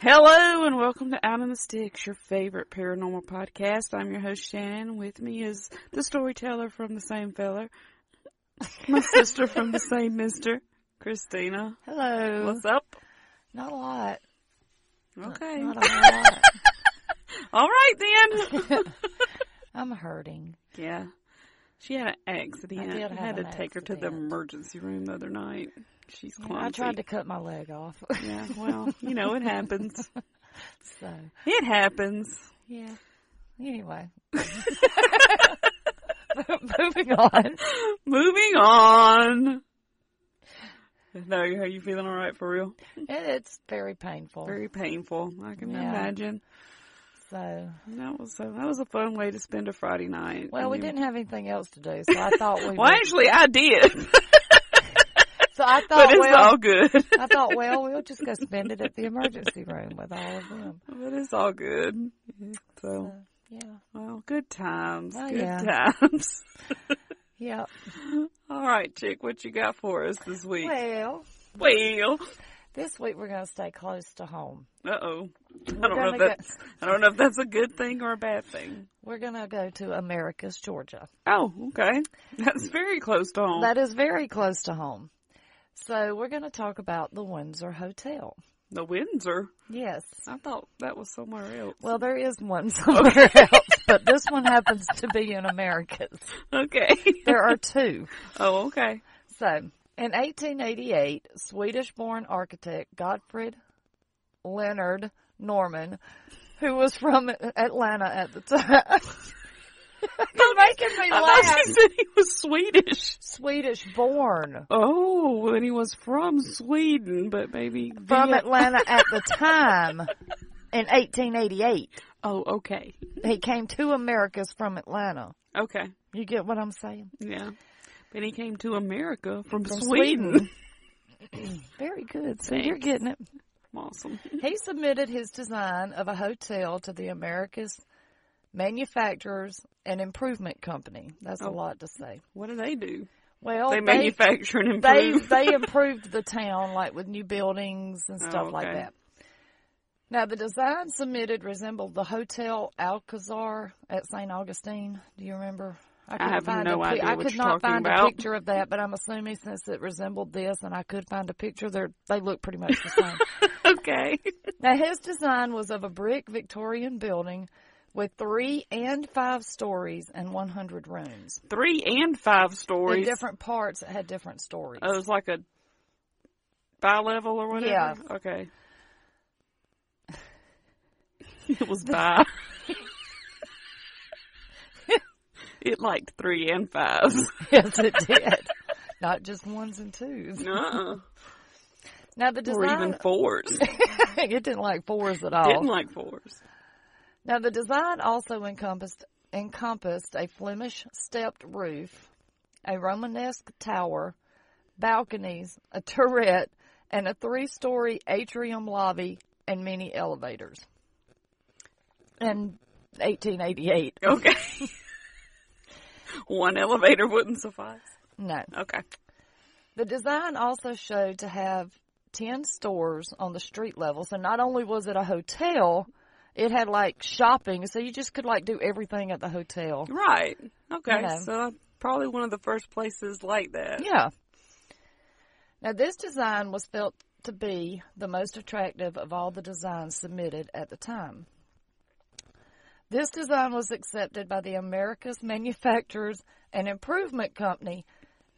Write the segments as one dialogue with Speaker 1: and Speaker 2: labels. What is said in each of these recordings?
Speaker 1: Hello and welcome to Out in the Sticks, your favorite paranormal podcast. I'm your host Shannon. With me is the storyteller from the same feller, my sister from the same mister, Christina.
Speaker 2: Hello.
Speaker 1: What's up?
Speaker 2: Not a lot.
Speaker 1: Okay.
Speaker 2: Not a whole lot.
Speaker 1: All right then.
Speaker 2: I'm hurting.
Speaker 1: yeah. She had an accident.
Speaker 2: I did have
Speaker 1: had to
Speaker 2: an
Speaker 1: take her to the
Speaker 2: accident.
Speaker 1: emergency room the other night. She's
Speaker 2: Yeah,
Speaker 1: clumsy.
Speaker 2: I tried to cut my leg off.
Speaker 1: Yeah, well, you know, it happens.
Speaker 2: So,
Speaker 1: It happens.
Speaker 2: yeah. Anyway. Moving on.
Speaker 1: Moving on. No, how you feeling all right for real?
Speaker 2: It- It's very painful.
Speaker 1: Very painful. I can
Speaker 2: Yeah.
Speaker 1: imagine.
Speaker 2: So,
Speaker 1: That was a, that was a fun way to spend a Friday night.
Speaker 2: well,
Speaker 1: I
Speaker 2: we
Speaker 1: mean-
Speaker 2: didn't have anything else to do, so I thought we.
Speaker 1: Well,
Speaker 2: would-
Speaker 1: actually, I did,
Speaker 2: So I
Speaker 1: but
Speaker 2: thought,
Speaker 1: it's
Speaker 2: Oh, well,
Speaker 1: all good.
Speaker 2: I thought, well, we'll just go spend it at the emergency room with all of them.
Speaker 1: but it's all good. So,
Speaker 2: So, yeah,
Speaker 1: well, good times.
Speaker 2: Oh,
Speaker 1: good
Speaker 2: yeah.
Speaker 1: times.
Speaker 2: yeah.
Speaker 1: All right, chick, what you got for us this week?
Speaker 2: Well,
Speaker 1: Well,
Speaker 2: this week we're going to stay close to home.
Speaker 1: uh oh. I
Speaker 2: We're
Speaker 1: don't know if
Speaker 2: gonna
Speaker 1: that's I don't know if that's a good thing or a bad thing.
Speaker 2: We're going to go to America's Georgia.
Speaker 1: Oh, okay. That's very close to home.
Speaker 2: That is very close to home. So we're going to talk about the Windsor Hotel.
Speaker 1: the Windsor.
Speaker 2: Yes.
Speaker 1: I thought that was somewhere else.
Speaker 2: Well, there is one somewhere else, but this one happens to be in America's.
Speaker 1: Okay.
Speaker 2: There are two.
Speaker 1: oh, okay.
Speaker 2: So in 1888, Swedish-born architect Gottfried Leonard Norman, who was from Atlanta at the time. You're making me
Speaker 1: I thought
Speaker 2: laugh.
Speaker 1: she said he was Swedish.
Speaker 2: Swedish-born.
Speaker 1: Oh, well, then he was from Sweden, but maybe
Speaker 2: From
Speaker 1: via-
Speaker 2: Atlanta at the time in 1888.
Speaker 1: Oh, okay.
Speaker 2: He came to America's from Atlanta.
Speaker 1: Okay.
Speaker 2: You get what I'm saying?
Speaker 1: Yeah. But he came to America from,
Speaker 2: From
Speaker 1: Sweden.
Speaker 2: Very good. So you're getting it.
Speaker 1: awesome.
Speaker 2: He submitted his design of a hotel to the America's Manufacturers and Improvement Company. That's
Speaker 1: Oh.
Speaker 2: a lot to say.
Speaker 1: What do they do?
Speaker 2: Well,
Speaker 1: they
Speaker 2: they they,
Speaker 1: manufacture and
Speaker 2: they,
Speaker 1: improve.
Speaker 2: improved the town like with new buildings and stuff
Speaker 1: Oh,
Speaker 2: like
Speaker 1: okay.
Speaker 2: that. Now the design submitted resembled the Hotel Alcazar at St. Augustine. Do you remember? couldn't
Speaker 1: have
Speaker 2: find a
Speaker 1: no idea
Speaker 2: I
Speaker 1: what
Speaker 2: could
Speaker 1: you're
Speaker 2: not
Speaker 1: talking
Speaker 2: find
Speaker 1: about.
Speaker 2: a picture of that, but I'm assuming since it resembled this, and I could find a picture, they they look pretty much the same.
Speaker 1: okay.
Speaker 2: Now, his design was of a brick Victorian building with three and five stories and 100 rooms.
Speaker 1: Three and five
Speaker 2: In
Speaker 1: stories.
Speaker 2: different parts, it had different stories.
Speaker 1: Oh, it was like a bi-level or whatever?
Speaker 2: Yeah.
Speaker 1: Okay. It was bi. it liked three and fives.
Speaker 2: Yes, it did. Not just ones and twos.
Speaker 1: Uh-uh.
Speaker 2: Now, the
Speaker 1: Or even
Speaker 2: design,
Speaker 1: fours.
Speaker 2: it didn't like fours at all.
Speaker 1: Didn't like fours.
Speaker 2: Now, the design also encompassed, encompassed a Flemish stepped roof, a Romanesque tower, balconies, a turret, and a three story atrium lobby, and many elevators. In 1888.
Speaker 1: Okay. One elevator wouldn't suffice.
Speaker 2: No.
Speaker 1: Okay.
Speaker 2: The design also showed to have 10 stores on the street level. So not only was it a hotel, it had like shopping. So you just could like do everything at the hotel.
Speaker 1: Right. Okay.
Speaker 2: Yeah.
Speaker 1: So probably one of the first places like that.
Speaker 2: Yeah. Now, this design was felt to be the most attractive of all the designs submitted at the time. This design was accepted by the America's Manufacturers and Improvement Company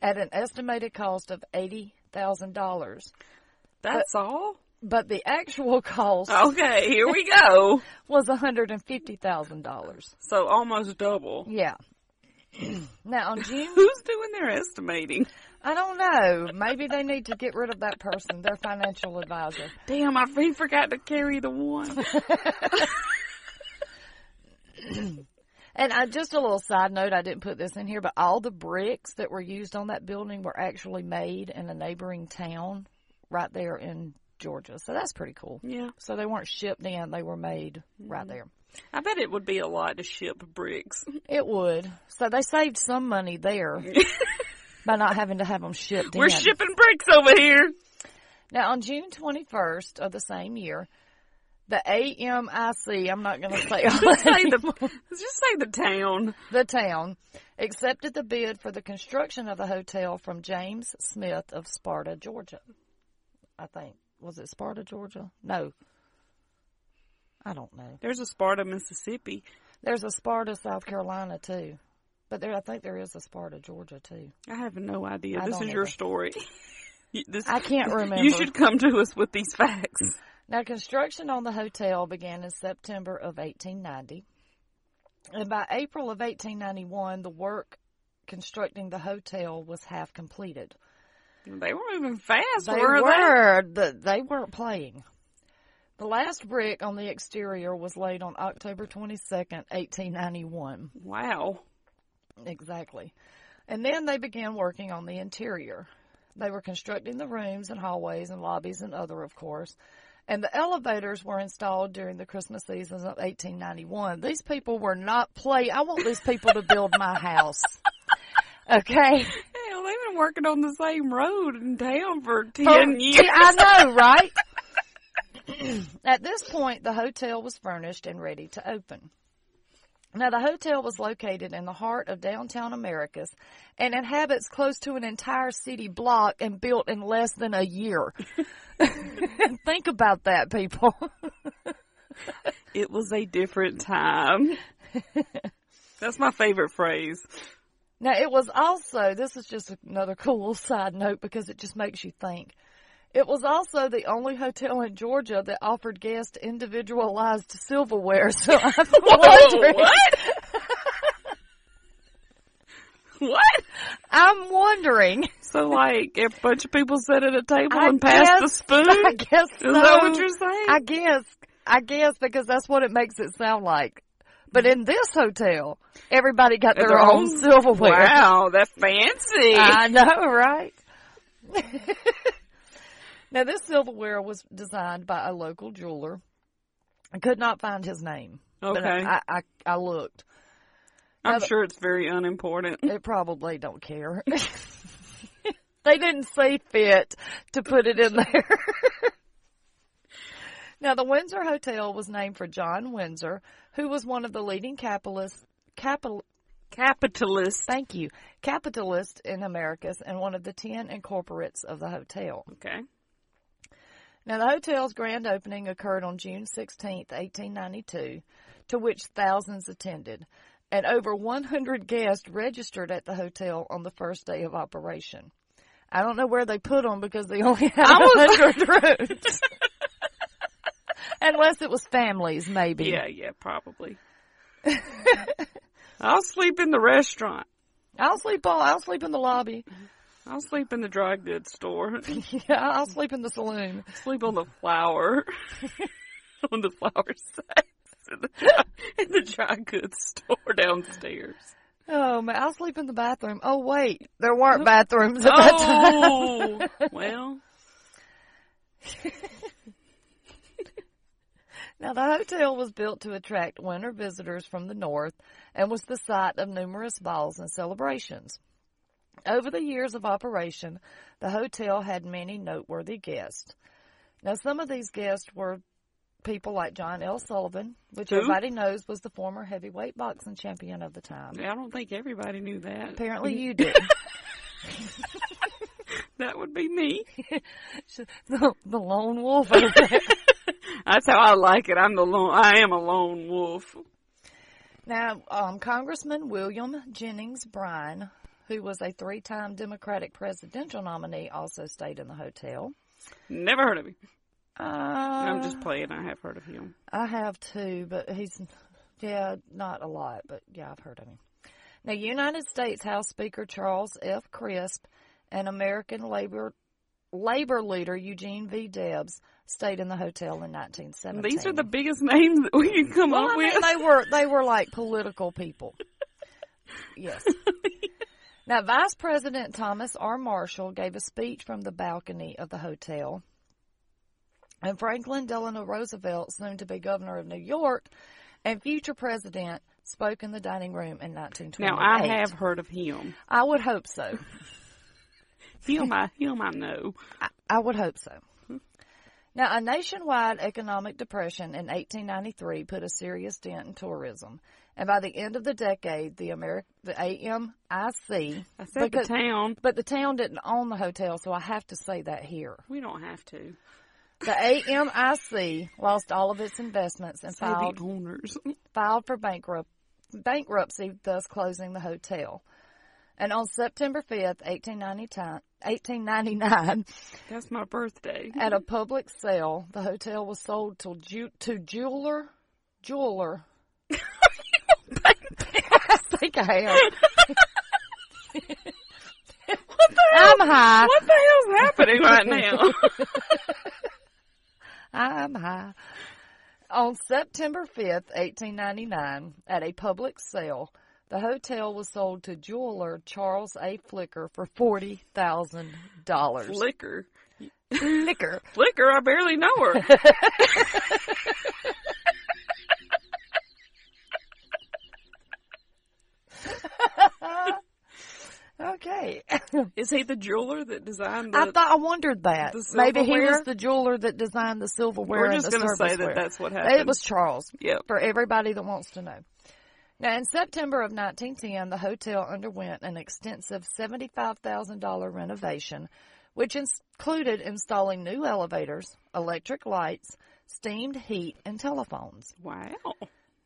Speaker 2: at an estimated cost of $80,000.
Speaker 1: That's all?
Speaker 2: But the actual cost
Speaker 1: Okay, here we go.
Speaker 2: was $150,000.
Speaker 1: So almost double.
Speaker 2: Yeah. now, on June
Speaker 1: Who's doing their estimating?
Speaker 2: I don't know. Maybe they need to get rid of that person, their financial advisor.
Speaker 1: Damn, I he forgot to carry the one.
Speaker 2: And I, just a little side note, I didn't put this in here, but all the bricks that were used on that building were actually made in a neighboring town right there in Georgia. So that's pretty cool.
Speaker 1: Yeah,
Speaker 2: So they weren't shipped in, they were made right there.
Speaker 1: I bet it would be a lot to ship bricks.
Speaker 2: It would. So they saved some money there by not having to have them shipped
Speaker 1: We're
Speaker 2: in.
Speaker 1: shipping bricks over here.
Speaker 2: Now, on June 21st of the same year, The AMIC, I'm not going to say all that
Speaker 1: Say
Speaker 2: anymore.
Speaker 1: the, just say the town.
Speaker 2: the town accepted the bid for the construction of the hotel from James Smith of Sparta, Georgia. I think. Was it Sparta, Georgia? No. I don't know.
Speaker 1: There's a Sparta, Mississippi.
Speaker 2: There's a Sparta, South Carolina too. But there I think there is a Sparta, Georgia too.
Speaker 1: I have no idea.
Speaker 2: I
Speaker 1: this is
Speaker 2: don't
Speaker 1: your
Speaker 2: either.
Speaker 1: story. You- this,
Speaker 2: I can't remember.
Speaker 1: you should come to us with these facts.
Speaker 2: Now, construction on the hotel began in September of 1890. And by April of 1891, the work constructing the hotel was half completed.
Speaker 1: They were moving fast.
Speaker 2: They
Speaker 1: were
Speaker 2: were, but they weren't playing. The last brick on the exterior was laid on October 22nd, 1891.
Speaker 1: They? Wow.
Speaker 2: Exactly. And then they began working on the interior. They were constructing the rooms and hallways and lobbies and other, of course. And the elevators were installed during the Christmas seasons of 1891. These people were not play. I want these people to build my house. Okay.
Speaker 1: Hell, they've been working on the same road in town for
Speaker 2: For-
Speaker 1: ten years.
Speaker 2: I know, right? At this point, the hotel was furnished and ready to open. Now, the hotel was located in the heart of downtown Americas and inhabits close to an entire city block and built in less than a year. Think about that, people.
Speaker 1: It was a different time. That's my favorite phrase.
Speaker 2: Now, it was also, this is just another cool side note because it just makes you think. It was also the only hotel in Georgia that offered guests individualized silverware, so I'm wondering,
Speaker 1: what? what?
Speaker 2: I'm wondering,
Speaker 1: So, like, if a bunch of people sit at a table
Speaker 2: I
Speaker 1: and pass the
Speaker 2: guess-
Speaker 1: spoon,
Speaker 2: I guess
Speaker 1: is that what
Speaker 2: so.
Speaker 1: you're saying?
Speaker 2: I guess, I guess because that's what it makes it sound like. But in this hotel, everybody got their, own, silverware.
Speaker 1: Wow, that fancy.
Speaker 2: I know, right? now, this silverware was designed by a local jeweler. I could not find his name. But
Speaker 1: okay,
Speaker 2: I, I, I looked.
Speaker 1: I'm sure it's very unimportant.
Speaker 2: They probably don't care. they didn't see fit to put it in there. now, the Windsor Hotel was named for John Windsor, who was one of the leading capitalists. Capital,
Speaker 1: Capitalist.
Speaker 2: thank you, capitalist in Americas, and one of the ten incorporates of the hotel.
Speaker 1: Okay.
Speaker 2: Now, the hotel's grand opening occurred on June 16, 1892, to which thousands attended, and over 100 guests registered at the hotel on the first day of operation. I don't know where they put them because they only had
Speaker 1: I was-
Speaker 2: 100 rooms. Unless it was families, maybe.
Speaker 1: Yeah, yeah, probably. I'll sleep in the restaurant.
Speaker 2: I'll sleep all, I'll sleep in the lobby.
Speaker 1: I'll sleep in the dry goods store.
Speaker 2: Yeah, I'll sleep in the saloon.
Speaker 1: sleep on the flower. on the flower sacks in the, dry, in the dry goods store downstairs.
Speaker 2: Oh man, I'll sleep in the bathroom. Oh wait, there weren't bathrooms at that time.
Speaker 1: Oh, well,
Speaker 2: Now, the hotel was built to attract winter visitors from the north and was the site of numerous balls and celebrations. Over the years of operation, the hotel had many noteworthy guests. Now, some of these guests were people like John L. Sullivan, which
Speaker 1: Who?
Speaker 2: everybody knows was the former heavyweight boxing champion of the time.
Speaker 1: I don't think everybody knew that.
Speaker 2: Apparently, you did.
Speaker 1: That would be me.
Speaker 2: the, the lone wolf over there.
Speaker 1: That's how I like it. I'm the lone, I am a lone wolf.
Speaker 2: Now, um, Congressman William Jennings Bryan, who was a three time Democratic presidential nominee, also stayed in the hotel.
Speaker 1: Never heard of him.
Speaker 2: Uh,
Speaker 1: I'm just playing. I have heard of him.
Speaker 2: I have too, but he's, yeah, not a lot, but yeah, I've heard of him. Now, United States House Speaker Charles F. Crisp and American labor labor leader Eugene V. Debs stayed in the hotel in 1917.
Speaker 1: These are the biggest names that we can come
Speaker 2: Well,
Speaker 1: up
Speaker 2: I mean,
Speaker 1: with.
Speaker 2: they were they were like political people. Yes. now, Vice President Thomas R. Marshall gave a speech from the balcony of the hotel, and Franklin Delano Roosevelt, soon to be governor of New York, and future president, spoke in the dining room in 1928.
Speaker 1: Now I have heard of him.
Speaker 2: I would hope so.
Speaker 1: Him, I him, I know.
Speaker 2: I would hope so. Now, a nationwide economic depression in 1893 put a serious dent in tourism, and by the end of the decade, the Ameri- the AMIC,
Speaker 1: I said
Speaker 2: Because-
Speaker 1: the town.
Speaker 2: but the town didn't own the hotel, so I have to say that here.
Speaker 1: We don't have to.
Speaker 2: The AMIC lost all of its investments and
Speaker 1: Say
Speaker 2: filed
Speaker 1: the owners.
Speaker 2: filed for bankrupt, bankruptcy, thus closing the hotel. And on September 5th, 1890 1899,
Speaker 1: That's my birthday.
Speaker 2: at a public sale, the hotel was sold to, ju- to jeweler. Jeweler. I think I am. I'm high.
Speaker 1: What the hell's happening right now?
Speaker 2: I'm high. On September 5th, 1899, at a public sale, the hotel was sold to jeweler Charles A. Flicker for $40,000.
Speaker 1: Flicker.
Speaker 2: Flicker.
Speaker 1: Flicker, I barely know her.
Speaker 2: okay.
Speaker 1: Is he the jeweler that designed the...
Speaker 2: I thought I wondered that.
Speaker 1: the
Speaker 2: Maybe he
Speaker 1: silverware?
Speaker 2: was the jeweler that designed the silverware
Speaker 1: We're
Speaker 2: and
Speaker 1: just
Speaker 2: the
Speaker 1: going to say that
Speaker 2: serviceware.
Speaker 1: that's what happened.
Speaker 2: It was Charles.
Speaker 1: Yep.
Speaker 2: for everybody that wants to know. Now, in September of 1910, the hotel underwent an extensive $75,000 renovation, which ins- included installing new elevators, electric lights, steamed heat, and telephones.
Speaker 1: Wow.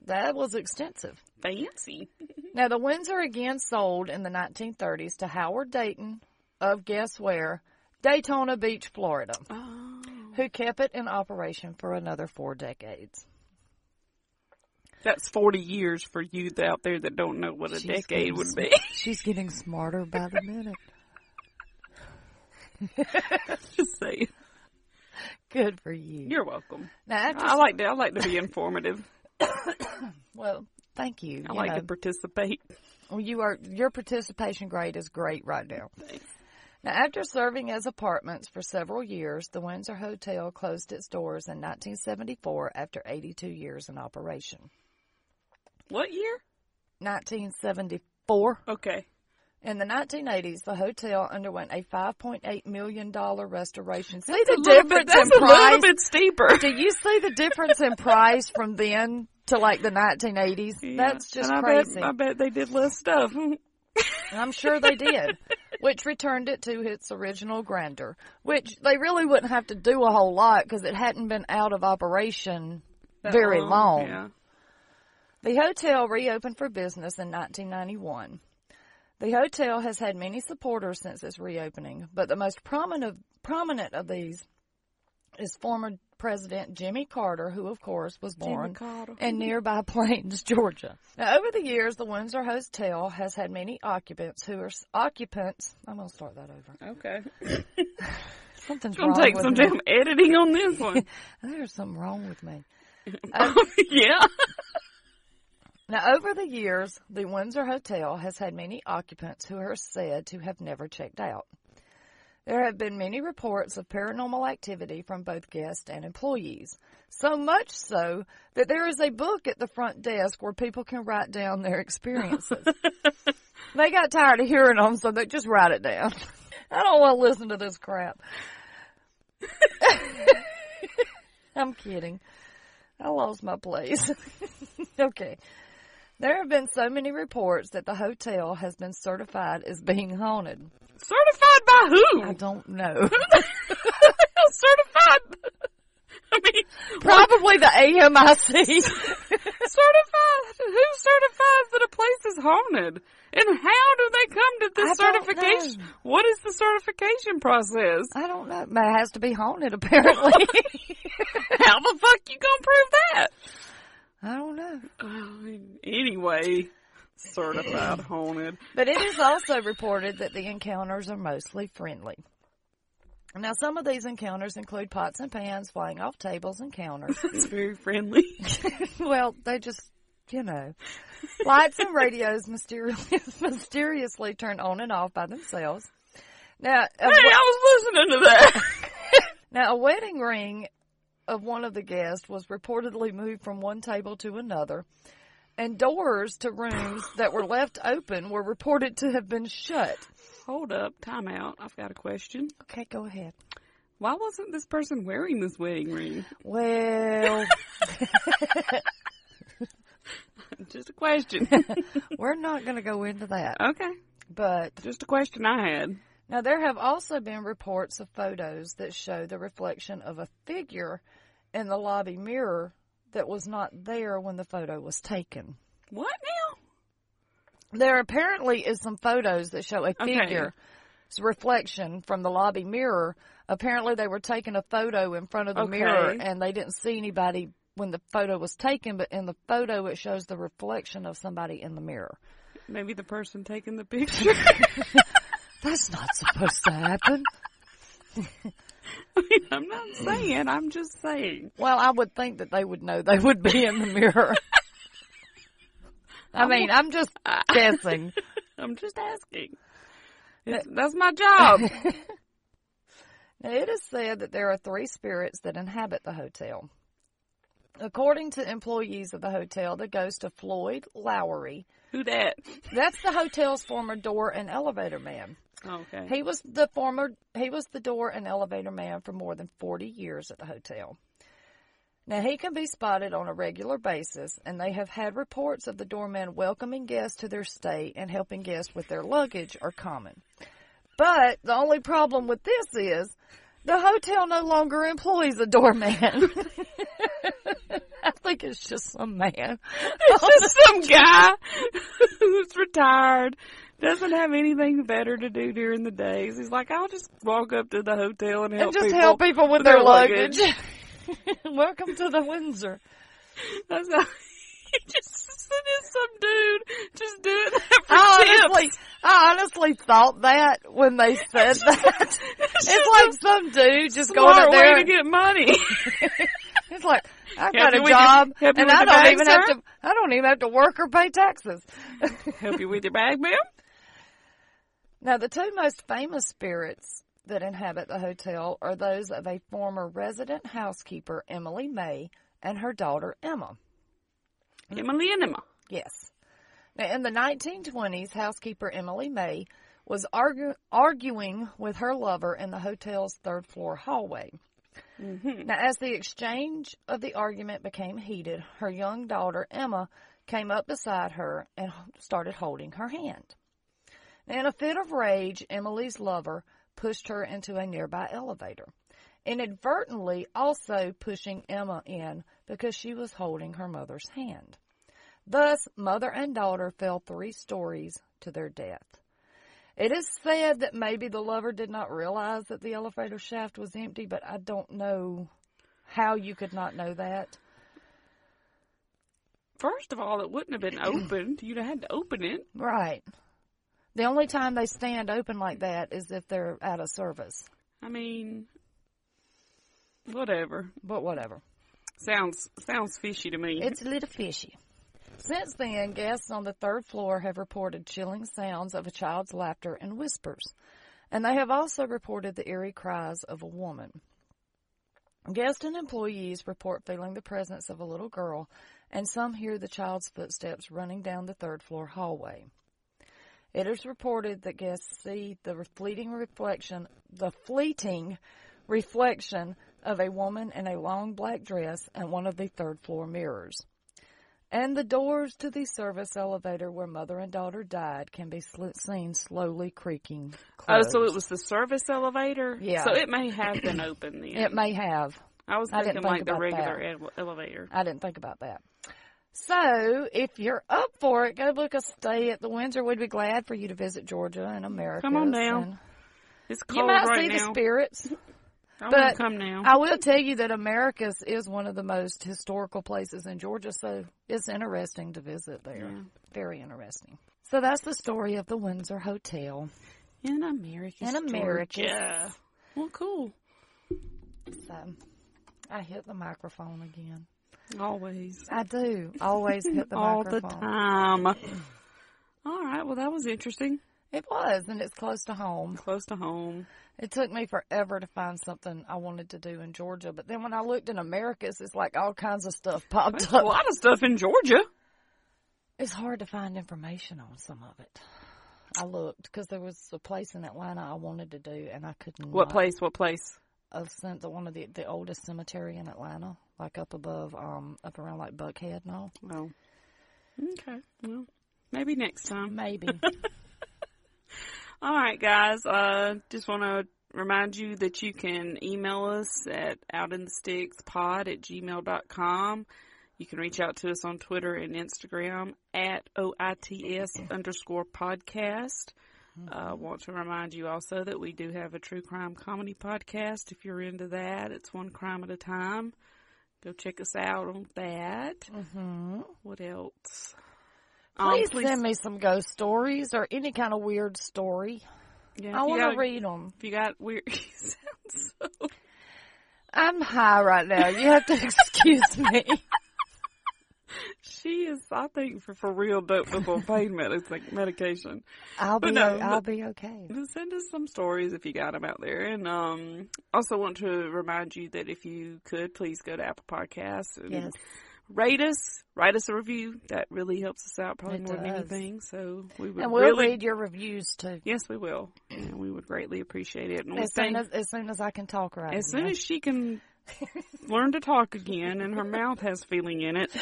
Speaker 2: That was extensive.
Speaker 1: Fancy.
Speaker 2: Now, the Windsor again sold in the 1930s to Howard Dayton of guess where? Daytona Beach, Florida,
Speaker 1: Oh.
Speaker 2: who kept it in operation for another four decades.
Speaker 1: That's 40 years for youth out there that don't know what a
Speaker 2: She's
Speaker 1: decade
Speaker 2: getting
Speaker 1: would
Speaker 2: sm-
Speaker 1: be.
Speaker 2: She's getting smarter by the minute.
Speaker 1: just saying.
Speaker 2: Good for you.
Speaker 1: You're welcome.
Speaker 2: Now, after,
Speaker 1: I like to, I like to be informative.
Speaker 2: well, thank you.
Speaker 1: I
Speaker 2: you
Speaker 1: like
Speaker 2: know.
Speaker 1: to participate.
Speaker 2: Well, you are your participation grade is great right now.
Speaker 1: Thanks.
Speaker 2: Now, after serving as apartments for several years, the Windsor Hotel closed its doors in 1974 after 82 years in operation.
Speaker 1: What year?
Speaker 2: 1974.
Speaker 1: Okay.
Speaker 2: In the 1980s, the hotel underwent a 5.8 million dollar restoration. See
Speaker 1: a
Speaker 2: the
Speaker 1: little bit,
Speaker 2: difference
Speaker 1: that's
Speaker 2: in
Speaker 1: a little
Speaker 2: price.
Speaker 1: bit steeper.
Speaker 2: Do you see the difference in price from then to like the 1980s? That's
Speaker 1: Yeah.
Speaker 2: just
Speaker 1: And I
Speaker 2: crazy.
Speaker 1: Bet, I bet they did less stuff.
Speaker 2: And I'm sure they did, which returned it to its original grandeur, which they really wouldn't have to do a whole lot because it hadn't been out of operation
Speaker 1: That
Speaker 2: very long.
Speaker 1: Yeah.
Speaker 2: The hotel reopened for business in 1991. The hotel has had many supporters since its reopening, but the most prominent prominent of these is former President Jimmy Carter, who of course was born
Speaker 1: Carter.
Speaker 2: and nearby Plains, Georgia. Now, over the years, the Windsor Hotel has had many occupants who are s- occupants. I'm gonna start that over.
Speaker 1: Okay.
Speaker 2: Something's
Speaker 1: It's going
Speaker 2: wrong
Speaker 1: to take
Speaker 2: with
Speaker 1: some
Speaker 2: me.
Speaker 1: damn editing on this one.
Speaker 2: There's something wrong with me.
Speaker 1: yeah.
Speaker 2: Now, over the years, the Windsor Hotel has had many occupants who are said to have never checked out. There have been many reports of paranormal activity from both guests and employees. So much so that there is a book at the front desk where people can write down their experiences. they got tired of hearing them, so they just write it down. I don't want to listen to this crap. I'm kidding. I lost my place. okay. There have been so many reports that the hotel has been certified as being haunted.
Speaker 1: Certified by who?
Speaker 2: I don't know.
Speaker 1: certified. I mean,
Speaker 2: Probably the AMIC.
Speaker 1: certified. Who certifies that a place is haunted? And how do they come to this
Speaker 2: I don't
Speaker 1: certification?
Speaker 2: know.
Speaker 1: What is the certification process?
Speaker 2: I don't know. But it has to be haunted apparently.
Speaker 1: How the fuck you gonna prove that?
Speaker 2: I don't know.
Speaker 1: anyway, certified haunted.
Speaker 2: But it is also reported that the encounters are mostly friendly. Now, some of these encounters include pots and pans flying off tables and counters.
Speaker 1: It's very friendly.
Speaker 2: well, they just, you know, lights and radios mysteriously, mysteriously turn on and off by themselves. Now, a,
Speaker 1: Hey, I was listening to that.
Speaker 2: now a wedding ring of one of the guests was reportedly moved from one table to another, and doors to rooms that were left open were reported to have been shut.
Speaker 1: Hold up, time out. I've got a question.
Speaker 2: Okay, go ahead.
Speaker 1: Why wasn't this person wearing this wedding ring?
Speaker 2: Well,
Speaker 1: Just a question.
Speaker 2: we're not going to go into that.
Speaker 1: okay.
Speaker 2: But
Speaker 1: Just a question I had.
Speaker 2: now there have also been reports of photos that show the reflection of a figure in the lobby mirror that was not there when the photo was taken.
Speaker 1: What now?
Speaker 2: There apparently is some photos that show a
Speaker 1: Okay.
Speaker 2: figure's reflection from the lobby mirror. Apparently, they were taking a photo in front of the
Speaker 1: Okay.
Speaker 2: mirror and they didn't see anybody when the photo was taken, but in the photo, it shows the reflection of somebody in the mirror.
Speaker 1: Maybe the person taking the picture.
Speaker 2: That's not supposed to happen.
Speaker 1: I mean, I'm not saying. I'm just saying.
Speaker 2: Well, I would think that they would know they would be in the mirror. I mean, I'm just guessing.
Speaker 1: I'm just asking. It's, that's my job.
Speaker 2: Now, it is said that there are three spirits that inhabit the hotel. According to employees of the hotel, the ghost of Floyd Lowry,
Speaker 1: Who that?
Speaker 2: that's the hotel's former door and elevator man.
Speaker 1: Okay.
Speaker 2: He was the former he was the door and elevator man for more than 40 years at the hotel. Now he can be spotted on a regular basis and they have had reports of the doorman welcoming guests to their stay and helping guests with their luggage are common. But the only problem with this is the hotel no longer employs a doorman. I think it's just some man.
Speaker 1: Just some guy who's retired, doesn't have anything better to do during the days. He's like, I'll just walk up to the hotel and help
Speaker 2: and just
Speaker 1: people.
Speaker 2: help people with
Speaker 1: their
Speaker 2: their, luggage. Welcome to the Windsor.
Speaker 1: That's how he just sent in some dude just doing that for
Speaker 2: I
Speaker 1: tips.
Speaker 2: honestly, I honestly thought that when they said that. it's like some dude just going
Speaker 1: Smart
Speaker 2: up there.
Speaker 1: way to get money.
Speaker 2: It's like I
Speaker 1: Help
Speaker 2: have got
Speaker 1: you
Speaker 2: a
Speaker 1: with your-
Speaker 2: job
Speaker 1: help you
Speaker 2: and
Speaker 1: with
Speaker 2: I
Speaker 1: your
Speaker 2: don't
Speaker 1: bag,
Speaker 2: even
Speaker 1: sir?
Speaker 2: have to. I don't even have to work or pay taxes.
Speaker 1: help you with your bag, ma'am?
Speaker 2: Mm-hmm. Now, the two most famous spirits that inhabit the hotel are those of a former resident housekeeper, Emily May, and her daughter Emma.
Speaker 1: Emily and Emma.
Speaker 2: Yes. Now, in the 1920s, housekeeper Emily May was argu- arguing with her lover in the hotel's third floor hallway. Now, as the exchange of the argument became heated, her young daughter Emma came up beside her and h- started holding her hand. Now, in a fit of rage, Emily's lover pushed her into a nearby elevator, inadvertently also pushing Emma in because she was holding her mother's hand. Thus, mother and daughter fell three stories to their death. It is said that maybe the lover did not realize that the elevator shaft was empty, but I don't know how you could not know that.
Speaker 1: First of all, it wouldn't have been opened. You'd have had to open it.
Speaker 2: Right. The only time they stand open like that is if they're out of service,
Speaker 1: I mean, whatever.
Speaker 2: but whatever.
Speaker 1: Sounds sounds fishy to me.
Speaker 2: It's a little fishy. Since then, guests on the third floor have reported chilling sounds of a child's laughter and whispers, and they have also reported the eerie cries of a woman. Guests and employees report feeling the presence of a little girl, and some hear the child's footsteps running down the third floor hallway. It is reported that guests see the fleeting reflection, the fleeting reflection of a woman in a long black dress in one of the third floor mirrors. And the doors to the service elevator where mother and daughter died can be sl- seen slowly creaking.
Speaker 1: oh,
Speaker 2: Closed.
Speaker 1: so it was the service elevator.
Speaker 2: Yeah.
Speaker 1: So it may have been open then.
Speaker 2: It may have.
Speaker 1: I was
Speaker 2: I
Speaker 1: thinking
Speaker 2: didn't think
Speaker 1: like the
Speaker 2: about
Speaker 1: regular ele- elevator.
Speaker 2: I didn't think about that. So, if you're up for it, go book a stay at the Windsor. We'd be glad for you to visit Georgia and America.
Speaker 1: Come on down. It's
Speaker 2: You
Speaker 1: cold
Speaker 2: might
Speaker 1: right
Speaker 2: see the
Speaker 1: now.
Speaker 2: spirits.
Speaker 1: I'm
Speaker 2: but
Speaker 1: gonna come now.
Speaker 2: I will tell you that America's is one of the most historical places in Georgia, so it's interesting to visit there. Very interesting. So that's the story of the Windsor Hotel.
Speaker 1: in America.
Speaker 2: In Americus.
Speaker 1: Yeah. Well, cool.
Speaker 2: So I hit the microphone again.
Speaker 1: Always.
Speaker 2: I do always hit the
Speaker 1: All
Speaker 2: microphone.
Speaker 1: the time. All right. Well, that was interesting.
Speaker 2: It was, and it's close to home.
Speaker 1: Close to home.
Speaker 2: It took me forever to find something I wanted to do in Georgia, but then when I looked in America's, it's like all kinds of stuff popped
Speaker 1: A
Speaker 2: up.
Speaker 1: lot of stuff in Georgia.
Speaker 2: It's hard to find information on some of it. I looked because there was a place in Atlanta I wanted to do, and I couldn't.
Speaker 1: What place? What place?
Speaker 2: of cem- the one of the the oldest cemetery in Atlanta, like up above, um, up around like Buckhead and all.
Speaker 1: Oh. Okay. Well, maybe next time.
Speaker 2: Maybe.
Speaker 1: All right, guys. Uh, just want to remind you that you can email us at outinthestickspod at gmail.com. You can reach out to us on Twitter and Instagram at OITS underscore podcast.
Speaker 2: Hmm.
Speaker 1: Uh, want to remind you also that we do have a true crime comedy podcast. If you're into that, it's one crime at a time. Go check us out on that.
Speaker 2: hmm
Speaker 1: What else? Um,
Speaker 2: Please, send me some ghost stories or any kind of weird story.
Speaker 1: yeah, if
Speaker 2: I
Speaker 1: you
Speaker 2: want
Speaker 1: got-
Speaker 2: to read them.
Speaker 1: If you got weird, you sound so.
Speaker 2: I'm high right now. You have to excuse me.
Speaker 1: She is, I think, for, for real dope before pain med- it's like medication.
Speaker 2: I'll
Speaker 1: But
Speaker 2: be.
Speaker 1: no,
Speaker 2: o- I'll be okay.
Speaker 1: Then Send us some stories if you got them out there. And um, also want to remind you that if you could, please go to Apple Podcasts and
Speaker 2: Yes.
Speaker 1: rate us, write us a review. That really helps us out probably
Speaker 2: It
Speaker 1: more than
Speaker 2: does.
Speaker 1: anything. So we would
Speaker 2: And we'll
Speaker 1: really,
Speaker 2: read your reviews too.
Speaker 1: yes, we will. And we would greatly appreciate it. And we
Speaker 2: As soon
Speaker 1: thank-
Speaker 2: as, as soon as I can talk right.
Speaker 1: As soon
Speaker 2: now.
Speaker 1: as she can learn to talk again and her mouth has feeling in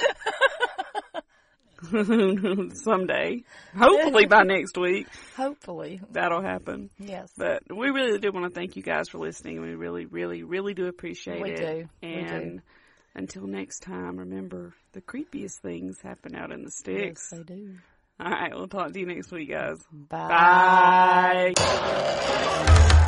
Speaker 1: it. Someday. Hopefully by next week
Speaker 2: hopefully,
Speaker 1: that'll happen.
Speaker 2: yes.
Speaker 1: But we really do want to thank you guys for listening. We really, really, really do appreciate
Speaker 2: We
Speaker 1: it.
Speaker 2: do. We do.
Speaker 1: And until next time, remember the creepiest things happen out in the
Speaker 2: Yes,
Speaker 1: sticks.
Speaker 2: they do.
Speaker 1: All right, we'll talk to you next week, guys.
Speaker 2: Bye.
Speaker 1: Bye.